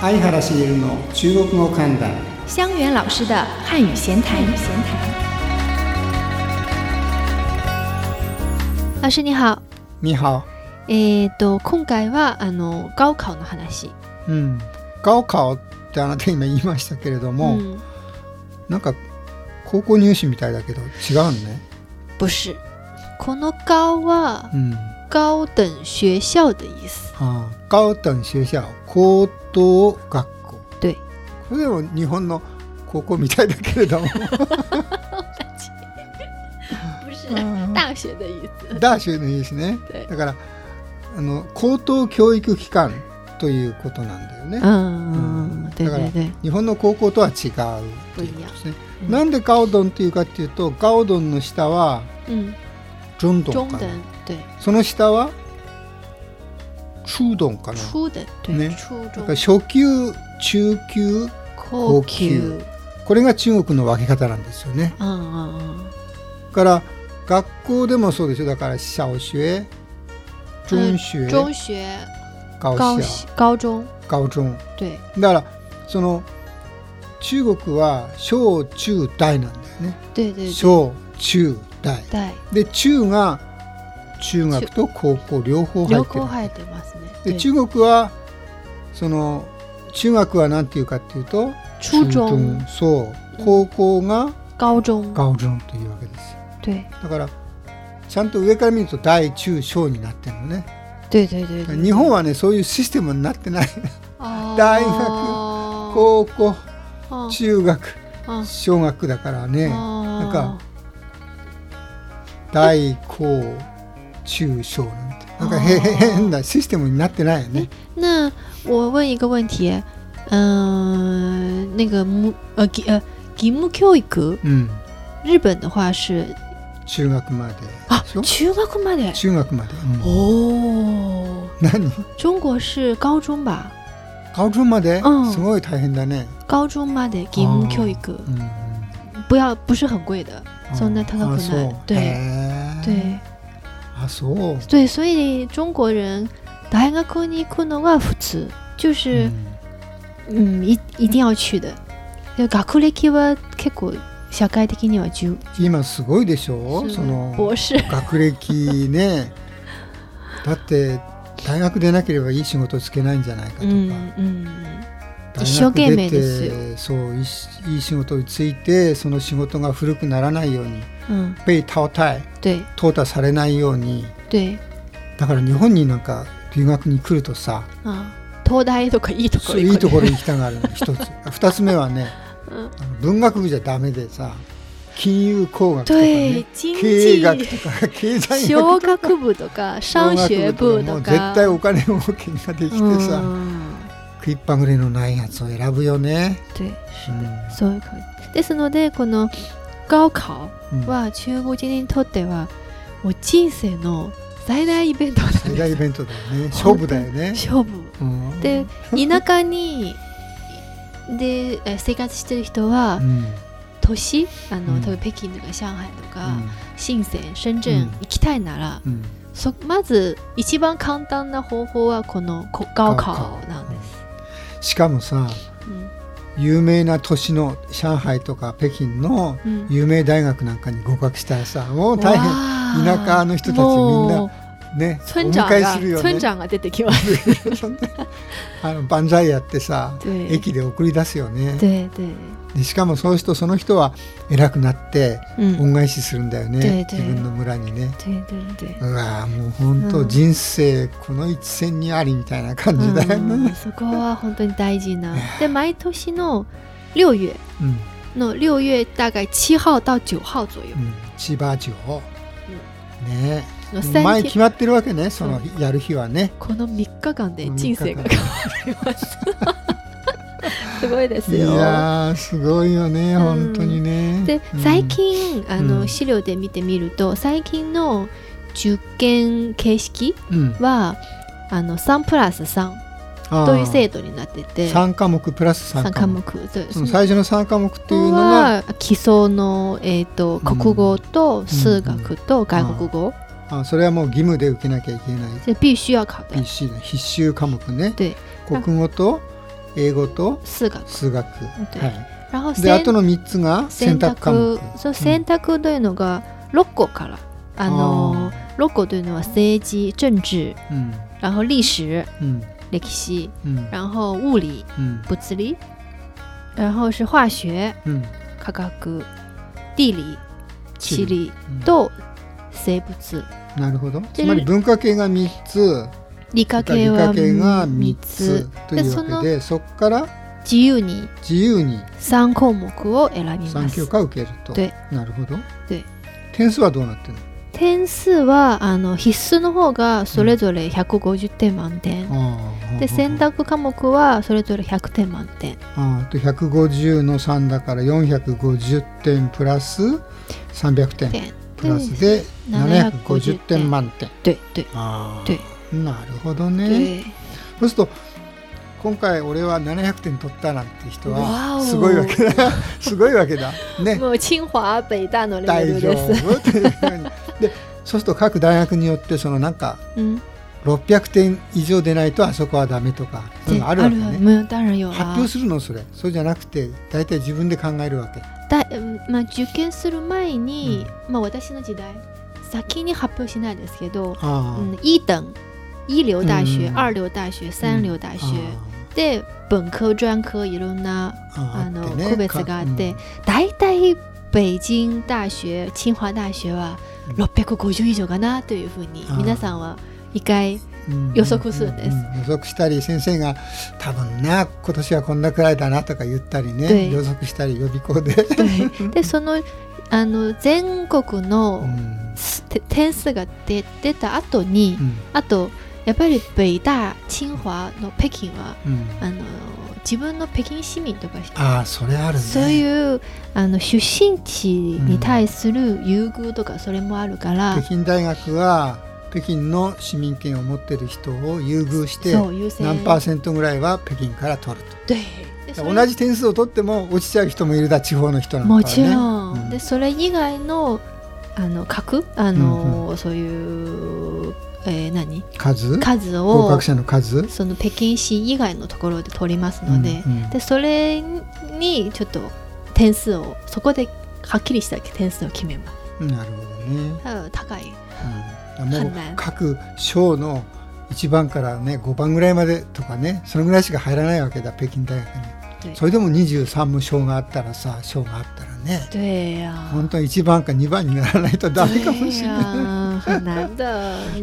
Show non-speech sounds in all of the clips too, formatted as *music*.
相原茂の中国語観覧香源老师的汉语闲谈。老师你好，にはえーと今回はあの高考の話。うん高考ってあなた今言いましたけれども、嗯なんか高校入試みたいだけど違うのね不是，この高はうん高等学校的意思。ああ高等学校高等学校对これでも日本の高校みたいだけれども不是嗯大学的意思。ダーシュのいいですね对だからあの高等教育機関ということなんだよね嗯，对对对，日本の高校とは違うということですね不一样うんなんでガオドンっていうかっていうとガオドンの下は嗯，ジョンド中ンか等な对，その下は中ドンかな初等对，ね初だ中から初級中級高級級。これが中国の分け方なんですよね嗯嗯嗯。だから学校でもそうでしょだから小学中学嗯中学、高高校高中，高中对，だからその中国は小中大なんだよね对对对，小中大对，で中が中学と高校両方入両って方る入ってますね。で对中国はその中学は何ていうかっていうと初中、中そう高校が高中，高中というわけですよ对，だからちゃんと上から見ると大中小になってるのね对对对哦对。日本はねそういうシステムになってないは大学高校校中学あ小学だから哎ねなんか、大高中小なんてなんかへへ変なシステムになってないよね那我问一个问题，嗯、那个母呃義呃義務教育，うん日本的话是中学までであしょ中学まで。中学まで、うん哦，何中国是高中吧？高中まで、うんすごい大変だね、高中まで義務教育，うん不要不是很贵的。そんな高くないあそう对へー对あそう对，所以中国人大学に行くのが普通，就是うん嗯一一定要去的。で学歴は結構社会的には重今すごいでしょ是その博士。学歴 *laughs* ねだって大学でなければいい仕事つけないんじゃないかとか、うんうん。大学出て一生懸命ですよそういしいい仕事についてその仕事が古くならないように嗯，被淘汰对淘汰されないように对だから日本になんか留学に来るとさ啊，東大とかいいとそこうろいいところ。ろに行きたがるの一 *laughs* つ二つ目はねうんあの文学部じゃダメでさ金融工学とか对ね、*laughs* 经経営济、 *laughs* 学とか経済学小学部とか商学部もとう絶か。対お金儲けができてさ、うん食いっぱぐれのないやつを選ぶよね、对，是う的。んそういう感じ。ですのでこの高考。うんは中国人にとってはもう人生の最大イベントなん最で大イベントだよね勝負だよね、す勝負うんで田舎にでえ生活してる人はうん都市あうのん例えば北京とか上海とうかん深セン深う圳ん行きたいならうんそまず一番簡単な方法はこのこ高考なんです。しかもさうん有名な都市の上海とか北京のうん有名大学なんかに合格したらさもう大変わあ田舎の人たちみんなもうねお村迎長えがするよね村長が出てきます。 *laughs* あの万歳やってさ对駅で送り出すよね对对，でしかもその人その人は偉くなって嗯，恩返しするんだよねでで自分の村にね对对对。うわーもう本う当ん人生この一線にありみたいな感じだようんね、そこは本当に大事な。で毎年の六月うんの六月大概七号到九号左右うん千葉城、ねのえ前三決天まってるわけねそのやる日はねこの三日間でうん人生が三日変わります。すごいですいよ。やーすごいよねうん本当にねでうん最近あうのん資料で見てみると最近の受験形式うんはあの三プラス三あーという制度になってて三三科目プラス三科科目目そううん最初の三科目っていうのがは基礎の、えー、とうん国語と数学と外国語、あそれはもう義務で受けなきゃいけない这必须要考的必。修必修科目ね对国語と英語と四学。数学、は然后い、であと選の3つが選選択科目択そう選択というのが六個から。あの六個というのは政治、政治、うん然后历史、うん歴史、うん然后物理、うん物理，然后是化学、うん科学、地理、地理うんと生物。なるほどつまり文化系が3つ理科理科系は系が三3つ。というわけでそこから自由に自由に三項目を選びま3す教。科受けるとでなるほどで点数はどうなってるの点数はあの必須の方がそれぞれ150点満点、あーで選択科目はそれぞれ100点満点あーと150の3だから450点プラス300点点プラスで750点満点对对あ对あなるほどね对そうすると今回俺は700点取ったなんて人わはおすごいわけだ *laughs* すごいわけだねもう清華北大のレ大ベル丈です、夫というふうにでそうすると各大学によってそのなんか *laughs* うん、 600点以上でないとあそこはダメとかそういうのあるわけねうん当然有発啊表するのそれそうじゃなくて大体自分で考えるわけだ、うんまあ、受験する前に、まあ、私の時代先に発表しないですけど、あうん、一等一流大学、うん二流大学三流あ大学、で文科专科いろんなあーあのあってね区別があって、大体北京大学、清華大学はうん650以上かなというふうにあー皆さんは一 *laughs* 回うん予測するんですう予測したり先生が多分な今年はこんなくらいだなとか言ったりでね予測したり予備校で、ででそのあの全国うのんすて点数が出出た後に、うんあとやっぱり北大、清華の北京はうんあの自分の北京市民とかああそれあるねそういうあの出身地に対する優遇とかそれもあるから、北京大学は北京の市民権を持ってる人を優遇してそう優先何パーセントぐらいは北京から取る对でとそれ同じ点数を取っても落ちちゃう人もいるだ地方の人なんかはもねちろん、うでそれ以外のあの核あの、うそういう、えー何数数合を格者の数その北京市以外のところで取りますので,、うんうんでそれにちょっと点数をそこではっきりした点数を決めますなるほどねだから高いうん、もう判断各章の1番からね5番ぐらいまでとかねそのぐらいしか入らないわけだ北京大学に对それでも23も章があったらさ章があったらね对呀、本当に1番か2番にならないとダメかもしれない。い。很难的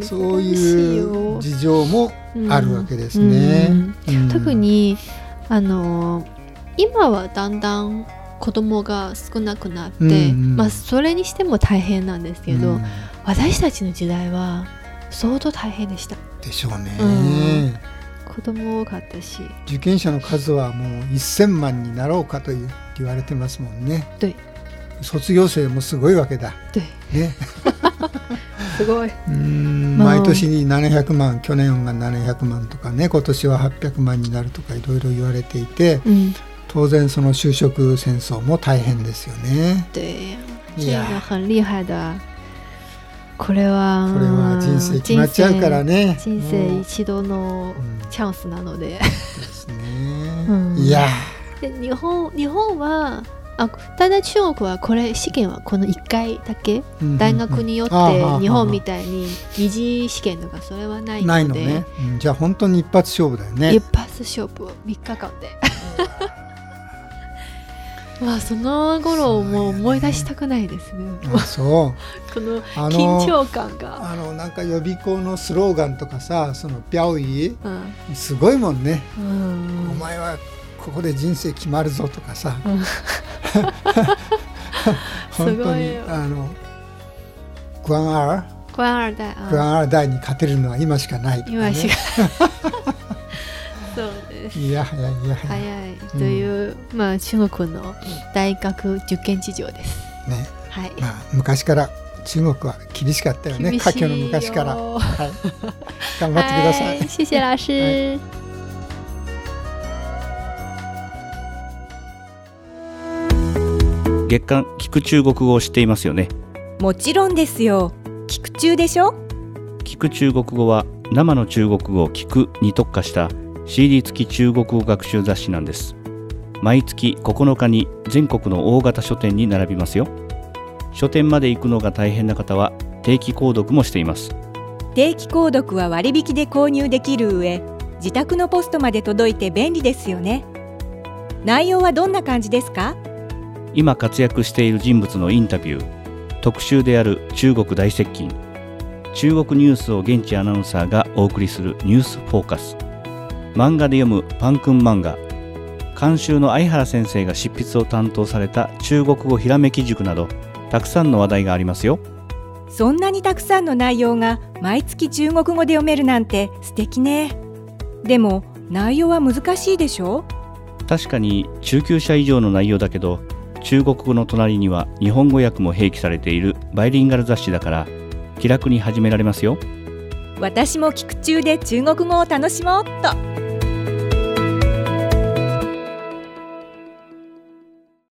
*laughs* そう難しいよう事情もあるわけですねう。んうん特にあの今はだんだん子供が少なくなって、うんうんまあそれにしても大変なんですけど、うん私たちの時代は相当大変でした。でしょうね、うん子供多かったし、受験者の数はもう1,000万になろうかという言われてますもんね。对卒業生もすごいわけだ。对ね、 *laughs* すごい。うーんまあ毎年に700万去年が700万とかね今年は800万になるとかいろいろ言われていてうん、当然その就職戦争も大変ですよね。对、い这や个很厉害的。これはこれは人生決まっちゃうからね。人生人生一度のうんうんチャンスなので。ですね。うんいやで日本日本はあただ中国はこれ試験はこの1回だけー、うん大学によってうんうんあーはーはー日本みたいに二次試験とかそれはないないののでね、うんじゃあ本当に一発勝負だよね一。発勝負を3日間で *laughs* まあその頃をもう思い出したくないですねあそうこのあ緊の張感が、あのなんか予備校のスローガンとかさその「ぴゃういうん」すごいもんね、うおん前はここで人生決まるぞ」とか *laughs* さ、うん *laughs* 本すご当いによあのグアンアール官二代グアあンアール大に勝てるのは今しかないとかね、今しか *laughs* そうですいやはやいやはや、早いという、まあ中国の大学受験事情です。ねはい。まあ、昔から中国は厳しかったよね厳しい華僑の昔から、よはい、頑張ってください。はい *laughs* 谢谢老师。月刊聞く中国語を知っていますよねもちろんですよ聞く中でしょ聞く中国語は生の中国語を聞くに特化した CD 付き中国語学習雑誌なんです毎月9日に全国の大型書店に並びますよ書店まで行くのが大変な方は定期購読もしています定期購読は割引で購入できる上自宅のポストまで届いて便利ですよね内容はどんな感じですか今活躍している人物のインタビュー特集である中国大接近中国ニュースを現地アナウンサーがお送りする「ニュースフォーカス」漫画で読むパンくん漫画監修の相原先生が執筆を担当された中国語ひらめき塾などたくさんの話題がありますよそんなにたくさんの内容が毎月中国語で読めるなんて素敵ねでも内容は難しいでしょ確かに中級者以上の内容だけど中国語の隣には日本語訳も併記されているバイリンガル雑誌だから気楽に始められますよ私も聞く中で中国語を楽しもうっと